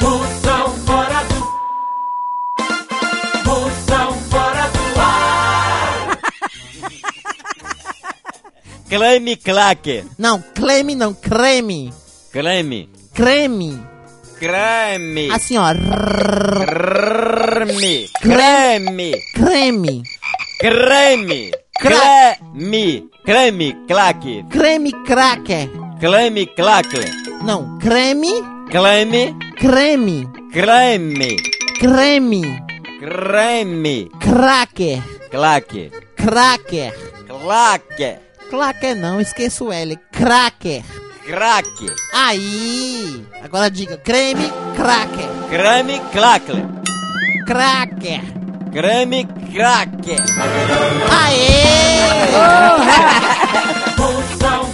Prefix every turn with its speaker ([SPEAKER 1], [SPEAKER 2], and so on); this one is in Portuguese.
[SPEAKER 1] Moção fora do. Moção fora do ar.
[SPEAKER 2] Clame claque.
[SPEAKER 3] Não, creme não, creme.
[SPEAKER 2] Clame.
[SPEAKER 3] Creme.
[SPEAKER 2] Creme.
[SPEAKER 3] Assim, ó. rrr,
[SPEAKER 2] Creme. Creme.
[SPEAKER 3] Creme.
[SPEAKER 2] Creme.
[SPEAKER 3] Cra-
[SPEAKER 2] Creme. Creme claque.
[SPEAKER 3] Creme cracker.
[SPEAKER 2] Clame claque.
[SPEAKER 3] Não, creme,
[SPEAKER 2] Clame.
[SPEAKER 3] creme,
[SPEAKER 2] Creme.
[SPEAKER 3] creme,
[SPEAKER 2] Creme.
[SPEAKER 3] cracker,
[SPEAKER 2] Claque.
[SPEAKER 3] cracker.
[SPEAKER 2] Claque.
[SPEAKER 3] Clacker não, esqueça o L. Cracker.
[SPEAKER 2] Craque.
[SPEAKER 3] Aí. Agora diga, creme, cracker,
[SPEAKER 2] Creme claque.
[SPEAKER 3] cracker.
[SPEAKER 2] Creme craque.
[SPEAKER 3] Aê!
[SPEAKER 1] Moção